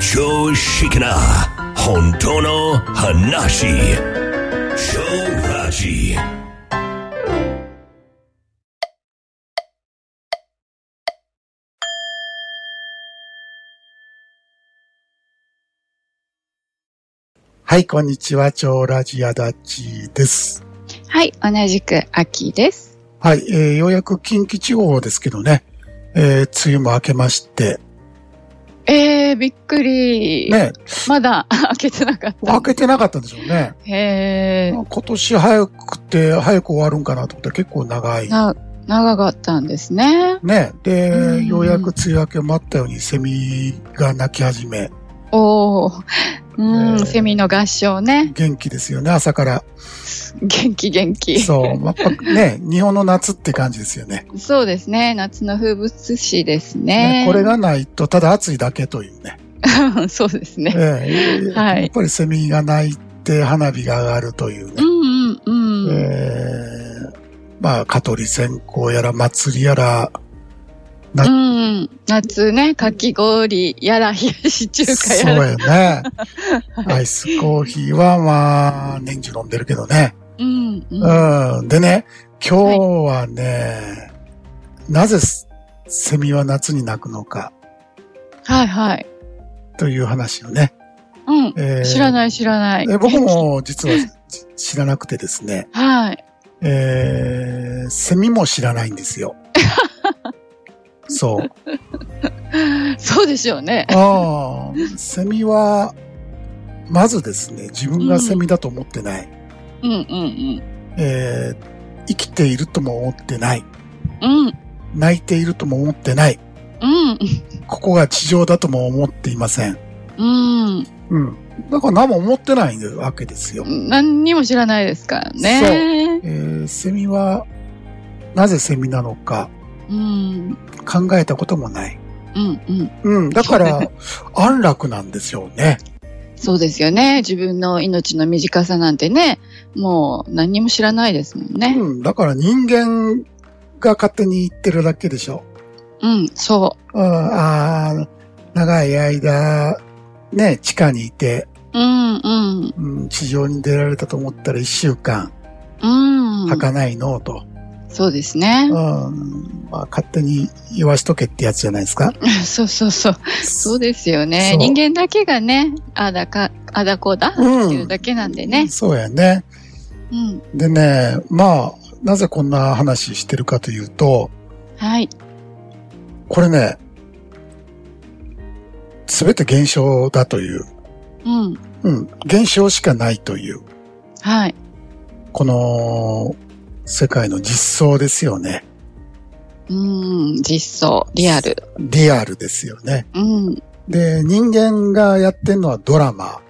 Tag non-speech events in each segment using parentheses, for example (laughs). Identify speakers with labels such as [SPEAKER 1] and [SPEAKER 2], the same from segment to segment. [SPEAKER 1] 常識な本当の話超ラジ
[SPEAKER 2] はい、こんにちは。超ラジアダッチです。
[SPEAKER 3] はい、同じく秋です。
[SPEAKER 2] はい、えーようやく近畿地方ですけどね、えー梅雨も明けまして、
[SPEAKER 3] えー、びっくり。
[SPEAKER 2] ね、
[SPEAKER 3] まだ (laughs) 開けてなかった
[SPEAKER 2] 明。けてなかったんでしょうね。
[SPEAKER 3] へ
[SPEAKER 2] 今
[SPEAKER 3] ー
[SPEAKER 2] 年早くて、早く終わるんかなと思ったら結構長い。
[SPEAKER 3] な、長かったんですね。
[SPEAKER 2] ね、
[SPEAKER 3] う
[SPEAKER 2] で、
[SPEAKER 3] ん
[SPEAKER 2] ようやく梅雨明けもあったようにセミが鳴き始め、
[SPEAKER 3] おー。うん、
[SPEAKER 2] えー
[SPEAKER 3] セミの合唱ね。
[SPEAKER 2] 元気ですよね、朝から。
[SPEAKER 3] 元気元気。
[SPEAKER 2] そう、やっぱね、日本の夏って感じですよね。
[SPEAKER 3] う。そうですね。夏の風物詩です (laughs)
[SPEAKER 2] ね
[SPEAKER 3] ね。
[SPEAKER 2] これ。がないと、ただ暑いだけというね。
[SPEAKER 3] (laughs) そうですね。
[SPEAKER 2] ええ
[SPEAKER 3] はい
[SPEAKER 2] やっぱりセミが鳴いて花火が上がるという
[SPEAKER 3] う
[SPEAKER 2] ね。
[SPEAKER 3] んうんうん。
[SPEAKER 2] ええまあ、蚊取り線香やら祭りやら、
[SPEAKER 3] うん。夏ね、かき氷やら、冷やし中華
[SPEAKER 2] そう
[SPEAKER 3] やら。
[SPEAKER 2] やね。
[SPEAKER 3] (laughs)
[SPEAKER 2] アイスコーヒーはまあ、年中飲んでるけどね。
[SPEAKER 3] うん、うん。
[SPEAKER 2] うん。でね、今日はね、なぜセミは夏に鳴くのか
[SPEAKER 3] はいはい。
[SPEAKER 2] という話をね。
[SPEAKER 3] うん。
[SPEAKER 2] え
[SPEAKER 3] 知ら
[SPEAKER 2] い。
[SPEAKER 3] ない知らない。
[SPEAKER 2] え僕。も実は (laughs) 知知らなくてですね。
[SPEAKER 3] はい。
[SPEAKER 2] えー、セミも知らないんです
[SPEAKER 3] (laughs)
[SPEAKER 2] よ。そう。
[SPEAKER 3] そうですよね。
[SPEAKER 2] ああ、セミは、まずですね、自分がセミだと思ってない。
[SPEAKER 3] うんうん
[SPEAKER 2] えー、生きているとも思ってない。
[SPEAKER 3] うん。うん。
[SPEAKER 2] 泣いているとも思ってない。
[SPEAKER 3] うん。
[SPEAKER 2] ここが地上だとも思っていません。
[SPEAKER 3] うん。
[SPEAKER 2] うん。だから何も思ってないわけですよ。
[SPEAKER 3] 何にも知らないですからね。
[SPEAKER 2] えー、セミは、なぜセミなのか、
[SPEAKER 3] うん。
[SPEAKER 2] 考えたこともない。
[SPEAKER 3] うんうん。
[SPEAKER 2] うん。だから、安楽なんですよね。
[SPEAKER 3] そうですよね。自分の命の短さなんてね、もう何にも知らないですもんね。
[SPEAKER 2] うん、だから人間が勝手に言ってるだけでしょ。
[SPEAKER 3] うん、そ
[SPEAKER 2] うん、ああ、長い間、ね、地下にいて、
[SPEAKER 3] う。うんうん。
[SPEAKER 2] うん、地上に出られたと思ったら一週間、
[SPEAKER 3] うん。
[SPEAKER 2] 儚いのうと、
[SPEAKER 3] そうですね (laughs)
[SPEAKER 2] う。ん、まあ勝手に言わしとけってやつじゃないですか。
[SPEAKER 3] そうそうそう。そうですよね
[SPEAKER 2] そ。う
[SPEAKER 3] 人間だけがね、あだか、あだこうだって
[SPEAKER 2] うん
[SPEAKER 3] いうだけなんでね。
[SPEAKER 2] そうやね。
[SPEAKER 3] うん。
[SPEAKER 2] でね、まあ、なぜこんな話してるかというと、
[SPEAKER 3] はい。
[SPEAKER 2] これね、すべて現象だという、
[SPEAKER 3] うん。
[SPEAKER 2] うん、現象しかないという、
[SPEAKER 3] はい。
[SPEAKER 2] この世界の実相ですよね。
[SPEAKER 3] うん。実装、リアル。
[SPEAKER 2] リアルですよね。
[SPEAKER 3] うん。
[SPEAKER 2] で、人間がやってるのはドラマ。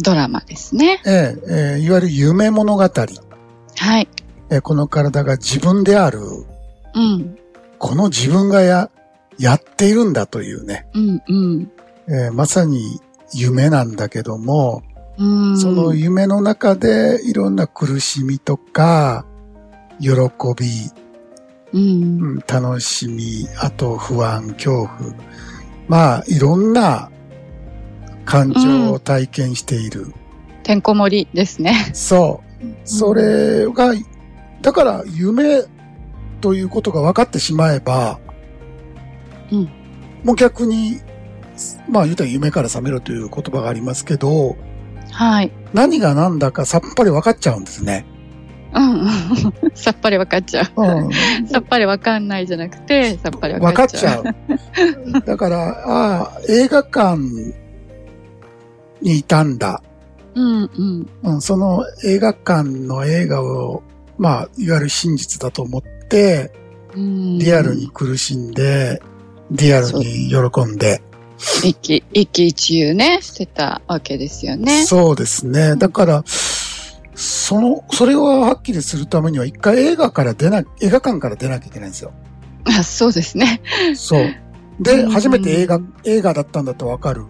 [SPEAKER 3] ドラマですね。
[SPEAKER 2] ええええいわゆる夢物語。
[SPEAKER 3] はい。
[SPEAKER 2] ええこの体が自分である。
[SPEAKER 3] うん。
[SPEAKER 2] この自分がや、やっているんだというね。
[SPEAKER 3] うん、うん。
[SPEAKER 2] ええまさに夢なんだけども、
[SPEAKER 3] うん。
[SPEAKER 2] その夢の中でいろんな苦しみとか、喜び、
[SPEAKER 3] うん。
[SPEAKER 2] うん、楽しみ、あと不安、恐怖。まあ、いろんな感情を体験している。
[SPEAKER 3] てんこ盛りですね。
[SPEAKER 2] そう。それが、だから夢ということが分かってしまえば、
[SPEAKER 3] うん
[SPEAKER 2] もう逆に、まあ言うたら夢から覚めるという言葉がありますけど、
[SPEAKER 3] はい。
[SPEAKER 2] 何が何だかさっぱり分かっちゃうんですね。
[SPEAKER 3] うん。 (laughs) さっぱりわかっちゃう。
[SPEAKER 2] うん、
[SPEAKER 3] さっぱりわかんないじゃなくて、さっぱりわ
[SPEAKER 2] 分か
[SPEAKER 3] かっ
[SPEAKER 2] っ
[SPEAKER 3] ち
[SPEAKER 2] ち
[SPEAKER 3] ゃ
[SPEAKER 2] ゃ
[SPEAKER 3] う。
[SPEAKER 2] う。だから、ああ、映画館にいたんだ。
[SPEAKER 3] うん、うん。
[SPEAKER 2] うん、その映画館の映画を、まあ、いわゆる真実だと思って、
[SPEAKER 3] うん。
[SPEAKER 2] リアルに。苦しんで、リアルに喜んで。
[SPEAKER 3] 一気、一気一遊ね、してたわけですよね。
[SPEAKER 2] そうですね。だから、その、それをはっきりするためには、一回映画から出な、映画館から出なきゃいけないんですよ。
[SPEAKER 3] あそうですね。
[SPEAKER 2] そう。で、
[SPEAKER 3] うん
[SPEAKER 2] 初めて映画、映画だったんだとわかる。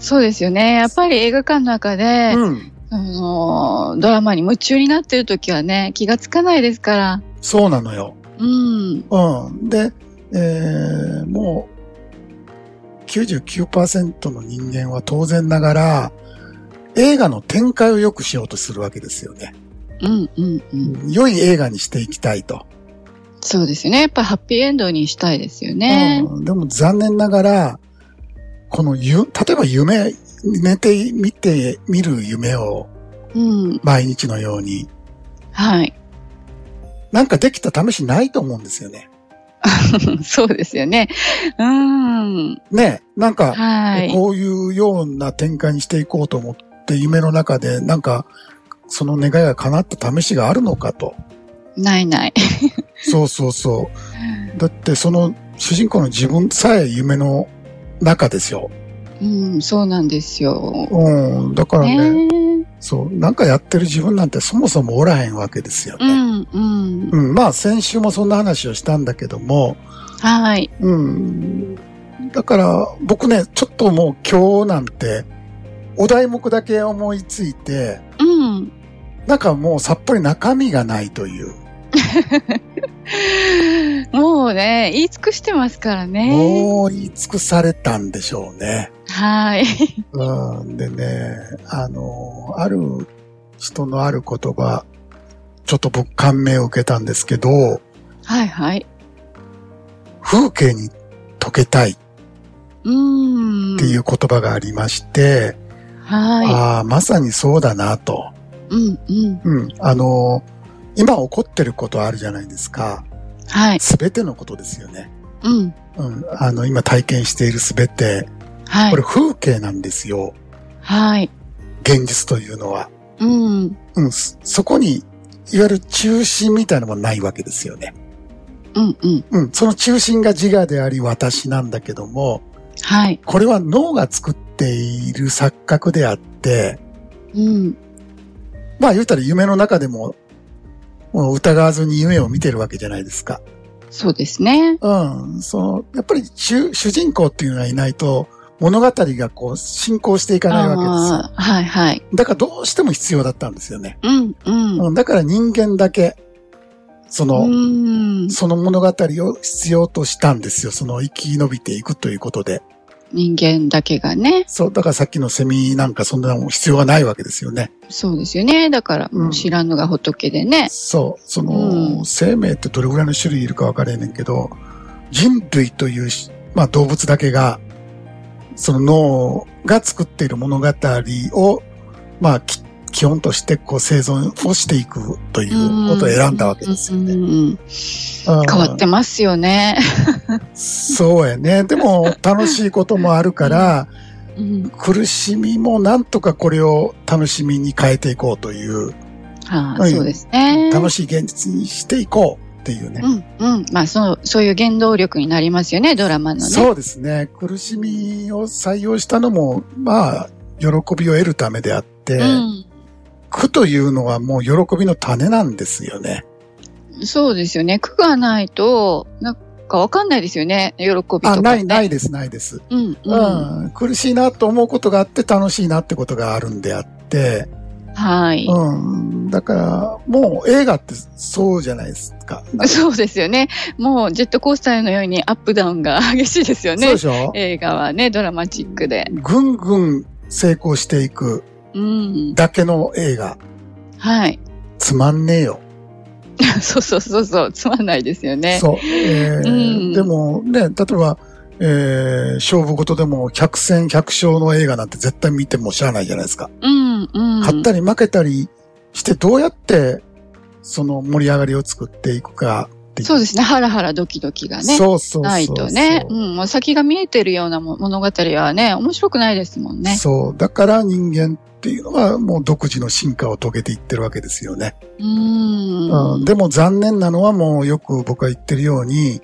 [SPEAKER 3] そうですよね。やっぱり映画館の中で、
[SPEAKER 2] うん。
[SPEAKER 3] あのー、ドラマに夢中になってる時はね、気がつかないですから。
[SPEAKER 2] そうなのよ。
[SPEAKER 3] うん。
[SPEAKER 2] うん。で、えー、もう、 99%の人間は当然ながら、映画の展開を良くしようとするわけですよね。
[SPEAKER 3] うんうんうん。
[SPEAKER 2] 良い映画にしていきたいと。
[SPEAKER 3] そうですよね。やっぱりハッピーエンドにしたいですよね。
[SPEAKER 2] うんでも残念ながら、このゆ、例えば夢、寝て見て見る夢を
[SPEAKER 3] うん。
[SPEAKER 2] 毎日のように、
[SPEAKER 3] はい。 (laughs)
[SPEAKER 2] なんかできた試しないと思うんですよね。
[SPEAKER 3] そうですよね。うーん。
[SPEAKER 2] ねえなんか、
[SPEAKER 3] はい。
[SPEAKER 2] こういうような展開にしていこうと思って、夢の中で、なんか、その願いが叶った試しがあるのかと。
[SPEAKER 3] ないない。
[SPEAKER 2] そうそうそう。だって、その主人公の自分さえ夢の中ですよ。
[SPEAKER 3] うん、そうなんですよ。
[SPEAKER 2] うん。だからね、
[SPEAKER 3] ねえ。
[SPEAKER 2] そう、なんかやってる自分なんてそもそもおらへんわけですよ
[SPEAKER 3] う
[SPEAKER 2] ね。
[SPEAKER 3] ん、うん。
[SPEAKER 2] うん。まあ、先週もそんな話をしたんだけども、
[SPEAKER 3] はい。
[SPEAKER 2] うん。だから、僕ね、ちょっともう今日なんて、お題目だけ思いついて、
[SPEAKER 3] うん。
[SPEAKER 2] なんかもうさっぱり中身がないという。
[SPEAKER 3] もうね、言い尽くしてますからね。
[SPEAKER 2] もう言い尽くされたんでしょうね。
[SPEAKER 3] はい。
[SPEAKER 2] うん。でね、あの、ある人のある言葉、ちょっと僕感銘を受けたんですけど、
[SPEAKER 3] はいはい。
[SPEAKER 2] 風景に溶けたいっ
[SPEAKER 3] うーん。
[SPEAKER 2] ていう言葉がありまして、
[SPEAKER 3] は
[SPEAKER 2] ああ、まさにそうだなと。
[SPEAKER 3] い。うんうん。
[SPEAKER 2] うん。あの、今起こってることあるじゃないですか。
[SPEAKER 3] はい。
[SPEAKER 2] すべてのことですよね。
[SPEAKER 3] うん。
[SPEAKER 2] うん。あの、今体験しているすべて、
[SPEAKER 3] は
[SPEAKER 2] こ
[SPEAKER 3] い
[SPEAKER 2] れ。風景なんですよ。
[SPEAKER 3] はい。
[SPEAKER 2] 現実というのは。
[SPEAKER 3] うん。
[SPEAKER 2] うん、そそこに、いわゆる中心みたいなのもないわけですよね。
[SPEAKER 3] うんうん。
[SPEAKER 2] うん、その中心が自我であり私なんだけども、
[SPEAKER 3] はい。
[SPEAKER 2] これは脳が作っている錯覚であって、
[SPEAKER 3] うん。
[SPEAKER 2] まあ言うたら夢の中でも、もう疑わずに夢を見てるわけじゃないですか。
[SPEAKER 3] そうですね。
[SPEAKER 2] うん、その、やっぱり主主人公っていうのはいないと、物語がこう進行していかないわけです
[SPEAKER 3] ああ、はいはい。
[SPEAKER 2] よ。だからどうしても必要だったんですよね。
[SPEAKER 3] うんうん。う
[SPEAKER 2] うん、だから人間だけ、その、
[SPEAKER 3] ーん。
[SPEAKER 2] その物語を必要としたんですよ。その生き延びていくということで。
[SPEAKER 3] 人間だけがね。
[SPEAKER 2] そう、だからさっきのセミなんかそんなもん必要はないわけですよね。
[SPEAKER 3] そうですよね。だから、
[SPEAKER 2] うん
[SPEAKER 3] 知らぬが仏でね。
[SPEAKER 2] そう、その、
[SPEAKER 3] うん
[SPEAKER 2] 生命ってどれぐらいの種類いるかわからへんねんけど、人類というし、まあ動物だけが、その脳が作っている物語を、まあき基本としてこう生存をしていくということを選んだわけですよね。
[SPEAKER 3] うんうん
[SPEAKER 2] うん
[SPEAKER 3] 変わってますよね。
[SPEAKER 2] そうやね。でも楽しいこともあるから、
[SPEAKER 3] (laughs) うん
[SPEAKER 2] 苦しみもなんとかこれを楽しみに変えていこうという、
[SPEAKER 3] は
[SPEAKER 2] う
[SPEAKER 3] あ、
[SPEAKER 2] ん
[SPEAKER 3] そうですね。
[SPEAKER 2] 楽しい現実にしていこうっていうね。
[SPEAKER 3] うんうん。まあ、そう、そういう原動力になりますよね、ドラマのね。
[SPEAKER 2] そうですね。苦しみを採用したのも、まあ、喜びを得るためであって、
[SPEAKER 3] うん
[SPEAKER 2] 苦というのはもう喜びの種なんですよね。
[SPEAKER 3] そうですよね。苦がないと、なんかわかんないですよね。喜びとか、
[SPEAKER 2] あ、
[SPEAKER 3] ね。。
[SPEAKER 2] ない、ないいです、ないです、
[SPEAKER 3] うん、
[SPEAKER 2] う
[SPEAKER 3] うん。
[SPEAKER 2] ん。苦しいなと思うことがあって楽しいなってことがあるんであって、
[SPEAKER 3] はい。
[SPEAKER 2] うん。だから、もう映画ってそうじゃないですか。
[SPEAKER 3] (laughs) そうですよね。もうジェットコースターのようにアップダウンが激しいですよ
[SPEAKER 2] そう
[SPEAKER 3] ね
[SPEAKER 2] で。しょ
[SPEAKER 3] 映画はね、ドラマチックで。
[SPEAKER 2] ぐんぐん成功していく
[SPEAKER 3] うん。
[SPEAKER 2] だけの映画、
[SPEAKER 3] はい。 (laughs)
[SPEAKER 2] つまんねえよ。
[SPEAKER 3] そうそうそうそう。つまんないですよね。
[SPEAKER 2] そう。えー
[SPEAKER 3] うん
[SPEAKER 2] でもね、例えば、えー勝負事でも100戦100勝の映画なんて絶対見ても知らないじゃないですか。
[SPEAKER 3] うん、うん。
[SPEAKER 2] 勝ったり負けたりしてどうやってその盛り上がりを作っていくかっていう。
[SPEAKER 3] そうですね。ハラハラドキドキがね。
[SPEAKER 2] そうそうそうそう。
[SPEAKER 3] ないとね。うん。もう先が見えてるようなも物語はね、面白くないですもんね。
[SPEAKER 2] そう。だから人間っていうのはもう独自の進化を遂げていってるわけですよね。
[SPEAKER 3] うー
[SPEAKER 2] うんん、。でも残念なのはもうよく僕が言ってるように、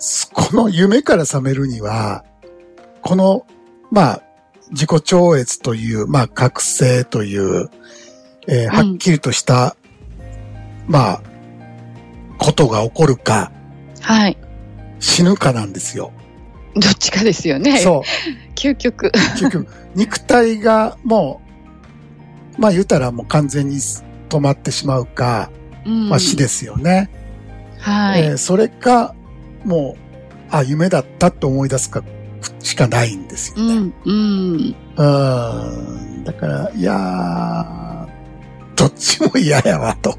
[SPEAKER 2] すこの夢から覚めるには、この、まあ、自己超越という、まあ、覚醒という、えーはっきりとした、まあ、ことが起こるか、
[SPEAKER 3] はい。
[SPEAKER 2] 死ぬかなんですよ。
[SPEAKER 3] どっちかですよね。
[SPEAKER 2] そう。
[SPEAKER 3] 究極。
[SPEAKER 2] 結局、肉体がもう、まあ言うたらもう完全に止まってしまうか、
[SPEAKER 3] うん
[SPEAKER 2] まあ死ですよね。
[SPEAKER 3] はい。
[SPEAKER 2] えーそれか、もう、あ、夢だったって思い出すかかないんですよ
[SPEAKER 3] う
[SPEAKER 2] ね。
[SPEAKER 3] ん、うん。
[SPEAKER 2] うん。だから、いやー、どっちも嫌やわ
[SPEAKER 3] (laughs)
[SPEAKER 2] と。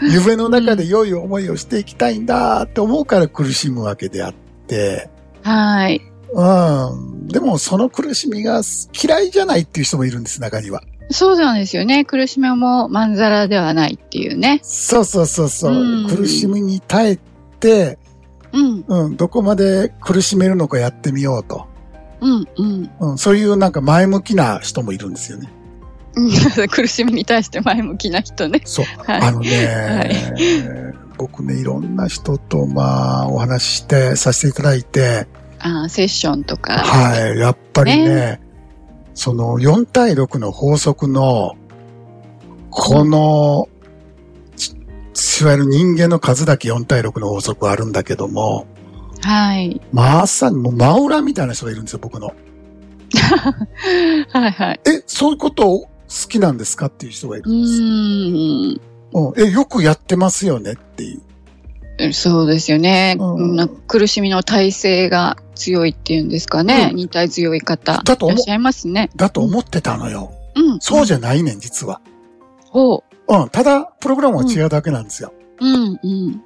[SPEAKER 2] 夢の中で良い思いをしていきたいんだって思うから苦しむわけであって、
[SPEAKER 3] はい。
[SPEAKER 2] うん。でもその苦しみが嫌いじゃないっていう人もいるんです、中には。
[SPEAKER 3] そうなんですよね。苦しみもまんざらではないっていうね。
[SPEAKER 2] そうそうそうそう。
[SPEAKER 3] うん
[SPEAKER 2] 苦しみに耐えて、
[SPEAKER 3] うん、
[SPEAKER 2] うん、どこまで苦しめるのかやってみようと。
[SPEAKER 3] うん、
[SPEAKER 2] (laughs)
[SPEAKER 3] うん。
[SPEAKER 2] うん、そういうなんか前向きな人もいるんですよね。
[SPEAKER 3] 苦しみに対して前向きな人ね。
[SPEAKER 2] そう。
[SPEAKER 3] はい
[SPEAKER 2] あのね、僕ね、いろんな人と、まあ、お話しして、させていただいて、
[SPEAKER 3] あーセッションとか。
[SPEAKER 2] はい、やっぱりね、
[SPEAKER 3] ね
[SPEAKER 2] その4対6の法則の、この、いわゆる人間の数だけ4対6の法則はあるんだけども、
[SPEAKER 3] はい。
[SPEAKER 2] まさにもう真裏みたいな人がいるんですよ、僕の。
[SPEAKER 3] はい、はい。
[SPEAKER 2] え、そういうことを好きなんですかっていう人がいる
[SPEAKER 3] うん
[SPEAKER 2] ですよ。
[SPEAKER 3] ー
[SPEAKER 2] うん、え、よくやってますよねっていう。
[SPEAKER 3] ん。そうですよね。
[SPEAKER 2] うん
[SPEAKER 3] な苦しみの耐性が強いっていうんですかね。
[SPEAKER 2] うん
[SPEAKER 3] 忍耐強い方。
[SPEAKER 2] だと思
[SPEAKER 3] い
[SPEAKER 2] う
[SPEAKER 3] らっしゃいますね。
[SPEAKER 2] だと思ってたのよ。
[SPEAKER 3] うん。
[SPEAKER 2] そうじゃないねん、実は。
[SPEAKER 3] ほ
[SPEAKER 2] うん、ただ、プログラムは違うだけなんですよ。
[SPEAKER 3] う。うん、うん。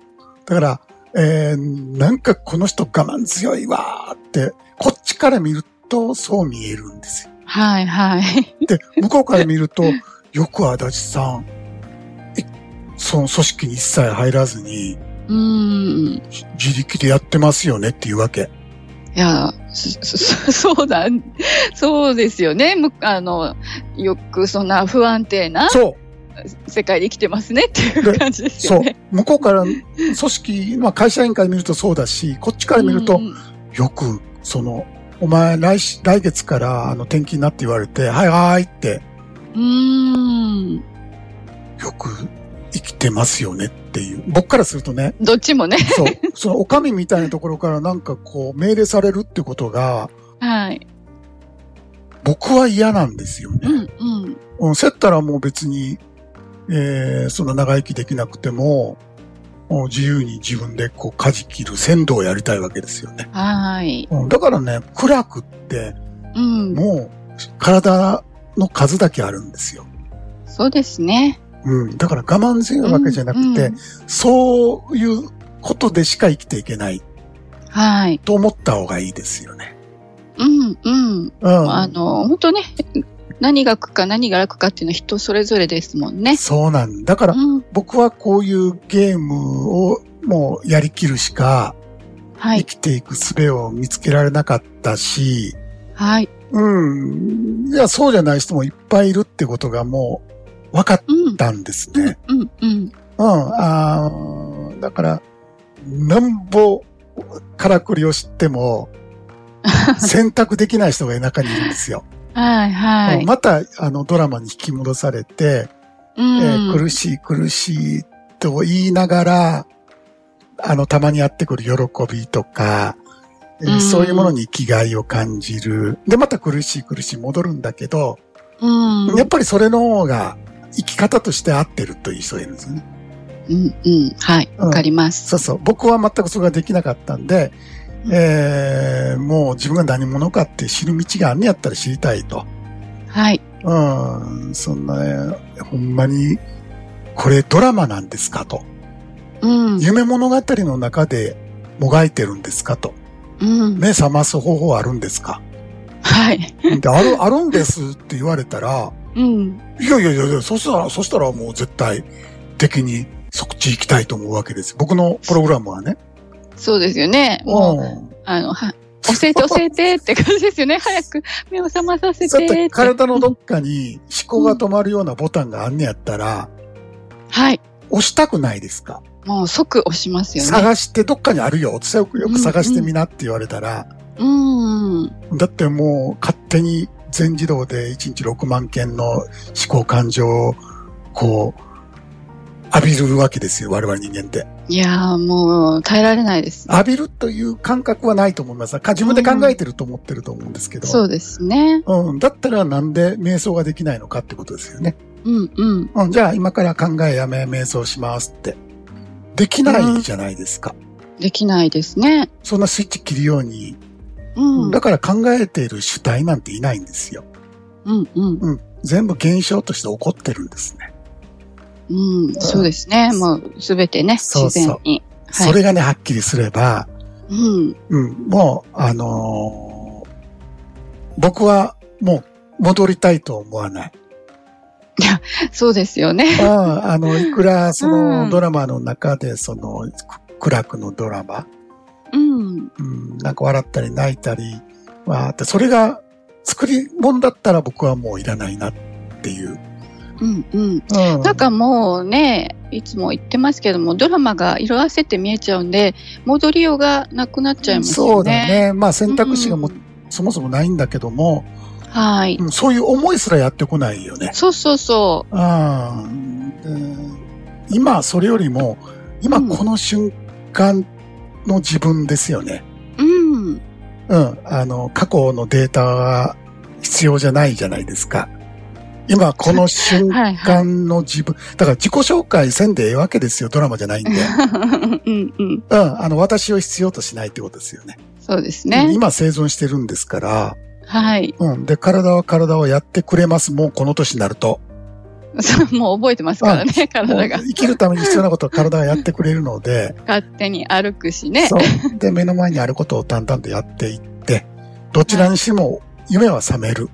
[SPEAKER 2] だから、えー、なんかこの人我慢強いわーって、こっちから見るとそう見えるんですよ。
[SPEAKER 3] はい、はい。
[SPEAKER 2] で、向こうから見ると、 (laughs) よく足立さん、いその組織に一切入らずに、
[SPEAKER 3] うーん。
[SPEAKER 2] 自力でやってますよねっていうわけ。
[SPEAKER 3] いや、そ、そ、 (laughs) そうだ、そうですよね。むあの、よくそんな不安定な
[SPEAKER 2] そう
[SPEAKER 3] 世界で生きてますねっていう感じです
[SPEAKER 2] そ
[SPEAKER 3] よ
[SPEAKER 2] う
[SPEAKER 3] ね。。
[SPEAKER 2] 向こうから、組織、まあ会社員から見るとそうだし、こっちから見ると
[SPEAKER 3] うん、うん
[SPEAKER 2] よく、その、お前来し、来月から、あの、転勤になって言われて、はいはーいって、
[SPEAKER 3] うーん。
[SPEAKER 2] よく生きてますよねっていう。僕からすると
[SPEAKER 3] (laughs)
[SPEAKER 2] ね、
[SPEAKER 3] どっちもね。
[SPEAKER 2] そう、その、お上みたいなところからなんかこう、命令されるってことが、
[SPEAKER 3] はい。
[SPEAKER 2] 僕は嫌なんですよ
[SPEAKER 3] う
[SPEAKER 2] ね。
[SPEAKER 3] ん、うん。
[SPEAKER 2] うん、せったらもう別に、えー、そんな長生きできなくても、もう自由に自分でこう、舵切る鮮度をやりたいわけですよね。
[SPEAKER 3] はい。
[SPEAKER 2] うん、だからね、暗くって、
[SPEAKER 3] うん。
[SPEAKER 2] もう、体の数だけあるんですよ。
[SPEAKER 3] そうですね。
[SPEAKER 2] うん。だから我慢強いわけじゃなくて、
[SPEAKER 3] うんうん
[SPEAKER 2] そういうことでしか生きていけない
[SPEAKER 3] はい。
[SPEAKER 2] と思った方がいいですよね。
[SPEAKER 3] うん、うん。
[SPEAKER 2] うん。
[SPEAKER 3] あの、本当ね、何が苦か何が楽かっていうのは人それぞれですもんね。
[SPEAKER 2] そうなんだ。だか
[SPEAKER 3] う
[SPEAKER 2] ら
[SPEAKER 3] ん。
[SPEAKER 2] 僕はこういうゲームをもうやりきるしか
[SPEAKER 3] は
[SPEAKER 2] 生
[SPEAKER 3] い。
[SPEAKER 2] きていく術を見つけられなかったし、
[SPEAKER 3] はい。
[SPEAKER 2] うん。いや、そうじゃない人もいっぱいいるってことがもう分かっ
[SPEAKER 3] うん。
[SPEAKER 2] たんですね。
[SPEAKER 3] うん、うん。
[SPEAKER 2] うん、あーだから、なんぼからくりを知って
[SPEAKER 3] (laughs)
[SPEAKER 2] も、選択できない人が中にいるんですよ。
[SPEAKER 3] はい、は
[SPEAKER 2] うん
[SPEAKER 3] い。
[SPEAKER 2] また、あの、ドラマに引き戻されて、え
[SPEAKER 3] う
[SPEAKER 2] ー
[SPEAKER 3] ん。
[SPEAKER 2] 苦しい苦しいと言いながら、あの、たまにやってくる喜びとか、えー
[SPEAKER 3] うん
[SPEAKER 2] そういうものに生きがいを感じる。で、また苦しい苦しい戻るんだけど、
[SPEAKER 3] うん。
[SPEAKER 2] やっぱりそれの方が生き方として合ってるという人がいるんですよね。
[SPEAKER 3] うん、うん。はい。
[SPEAKER 2] うん
[SPEAKER 3] わかります。
[SPEAKER 2] そうそう。僕は全くそれができなかったんで、
[SPEAKER 3] うん
[SPEAKER 2] えー、もう自分が何者かって知る道があんねやったら知りたいと。
[SPEAKER 3] はい。
[SPEAKER 2] うん、そんな、ね、ほんまに、これドラマなんですかと。
[SPEAKER 3] うん。
[SPEAKER 2] 夢物語の中でもがいてるんですかと。
[SPEAKER 3] うん。
[SPEAKER 2] 目覚ます方法あるんですか
[SPEAKER 3] はい。
[SPEAKER 2] であ
[SPEAKER 3] (laughs)
[SPEAKER 2] る、あるんですって言われたら、
[SPEAKER 3] うん。
[SPEAKER 2] いやいやいやいや、そしたら、そしたらもう絶対的にそっち行きたいと思うわけです。僕のプログラムはね。
[SPEAKER 3] そうですよね。も
[SPEAKER 2] うん
[SPEAKER 3] う、あの、は、教えて教えてって感じですよね。早く目を覚まさせ
[SPEAKER 2] だってて
[SPEAKER 3] て。
[SPEAKER 2] 体のどっかに思考が止まるようなボタンがあんねやったら、
[SPEAKER 3] はい。
[SPEAKER 2] 押したくないですか、
[SPEAKER 3] もう即押しますよね。
[SPEAKER 2] 探してどっかにあるよ。強くよく探してみなって言われたら、
[SPEAKER 3] うん。
[SPEAKER 2] だってもう勝手に全自動で1日6万件の思考感情をこう、浴びるわけですよ。我々人間って。
[SPEAKER 3] いやーもう耐えられないです。
[SPEAKER 2] 浴びるという感覚はないと思います。か自分で考えてると思ってると思うんですけど。
[SPEAKER 3] そうですね。
[SPEAKER 2] うん。だったらなんで瞑想ができないのかってことですよね。
[SPEAKER 3] うんうん。
[SPEAKER 2] うん、じゃあ今から考えやめ、瞑想しますって。できないじゃないですか。
[SPEAKER 3] できないですね。
[SPEAKER 2] そんなスイッチ切るように
[SPEAKER 3] うん。
[SPEAKER 2] だから考えている主体なんていないんですよ。
[SPEAKER 3] うん、うん。
[SPEAKER 2] うん。全部現象として起こってるんですね。
[SPEAKER 3] うん。そうですね。もう、すべてね、
[SPEAKER 2] そう
[SPEAKER 3] 自
[SPEAKER 2] そう
[SPEAKER 3] 然に。はい
[SPEAKER 2] それがね、はっきりすれば、
[SPEAKER 3] うん。
[SPEAKER 2] うん、もう、あのー僕はもう戻りたいと思わない。
[SPEAKER 3] そうですよね。
[SPEAKER 2] ああ、あの、いくらそうの
[SPEAKER 3] ん
[SPEAKER 2] ドラマの中で、その、苦楽のドラマ、
[SPEAKER 3] うん。
[SPEAKER 2] うん、なんか笑ったり泣いたりはあって、それが作り物だったら僕はもういらないなっていう。
[SPEAKER 3] うん、うん。
[SPEAKER 2] うん、
[SPEAKER 3] なんかもうね、いつも言ってますけども、ドラマが色あせて見えちゃうんで、戻りようがなくなっちゃいますよね。
[SPEAKER 2] そうだ。ね。まあ選択肢がもう、
[SPEAKER 3] ん
[SPEAKER 2] そもそもないんだけども、
[SPEAKER 3] はい。
[SPEAKER 2] うんそういう思いすらやってこないよね。
[SPEAKER 3] そうそうそ
[SPEAKER 2] ああで今、それよりも、今
[SPEAKER 3] うん
[SPEAKER 2] この瞬間の自分ですよね。
[SPEAKER 3] う。うん。
[SPEAKER 2] うん。あの、過去のデータは必要じゃないじゃないですか。今、この瞬
[SPEAKER 3] はいはい。
[SPEAKER 2] 間の自分、だから自己紹介せんでええわけですよ。ドラマじゃないんで。
[SPEAKER 3] (laughs) うんうん。
[SPEAKER 2] うん。あの、私を必要としないってことですよね。
[SPEAKER 3] そうですね。
[SPEAKER 2] 今生存してるんですから、
[SPEAKER 3] はい。 (laughs)
[SPEAKER 2] うん。で、体は体をやってくれます。もうこの年になると。
[SPEAKER 3] そうもう覚えてますからね、
[SPEAKER 2] もう
[SPEAKER 3] 体が。
[SPEAKER 2] 生きるために必要なことは体がやってくれるので、
[SPEAKER 3] 勝手に歩くし (laughs) ね。
[SPEAKER 2] そう。で、目の前にあることを淡々とやっていって、どちらにしても夢は覚める。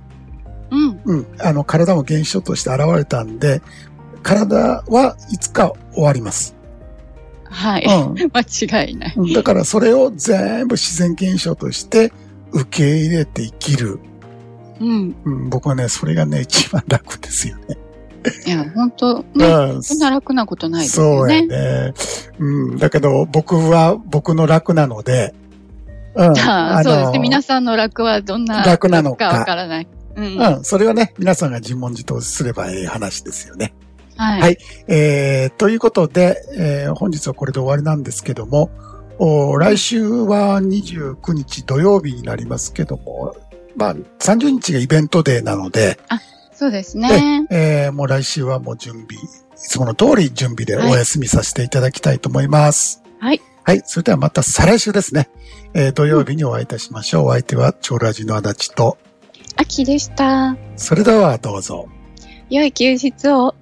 [SPEAKER 3] うん。
[SPEAKER 2] うん。あの、体も現象として現れたんで、体はいつか終わります。
[SPEAKER 3] はい。
[SPEAKER 2] う
[SPEAKER 3] (laughs) 間違いない。
[SPEAKER 2] ん。だからそれを全部自然現象として受け入れて生きる。
[SPEAKER 3] うん。
[SPEAKER 2] うん、僕はね、それがね、一番楽ですよね。
[SPEAKER 3] いや、本当ね、
[SPEAKER 2] うん
[SPEAKER 3] そんな楽なことないです
[SPEAKER 2] そ
[SPEAKER 3] よ
[SPEAKER 2] うや
[SPEAKER 3] ね。
[SPEAKER 2] ね。うん。だけど、僕は、僕の楽なので、うん。
[SPEAKER 3] は
[SPEAKER 2] あ
[SPEAKER 3] (laughs) あ、
[SPEAKER 2] の
[SPEAKER 3] そうですね。皆さんの楽はどんな
[SPEAKER 2] 楽なのか
[SPEAKER 3] わからない。うん。
[SPEAKER 2] うん、それはね、皆さんが自問自答すればいい話ですよね。
[SPEAKER 3] はい。
[SPEAKER 2] はいえー、ということで、えー本日はこれで終わりなんですけども、おー来週は29日土曜日になりますけども、まあ、30日がイベントデーなので、
[SPEAKER 3] そうですね。
[SPEAKER 2] えーもう来週はもう準備、いつもの通り準備でお休みさせていただきたいと思います。
[SPEAKER 3] はい。
[SPEAKER 2] はい。それではまた再来週ですね。えー土曜日にお会いいたしましょう。お相手は、超ラジの足立と、
[SPEAKER 3] 秋でした。
[SPEAKER 2] それではどうぞ。
[SPEAKER 3] 良い休日を。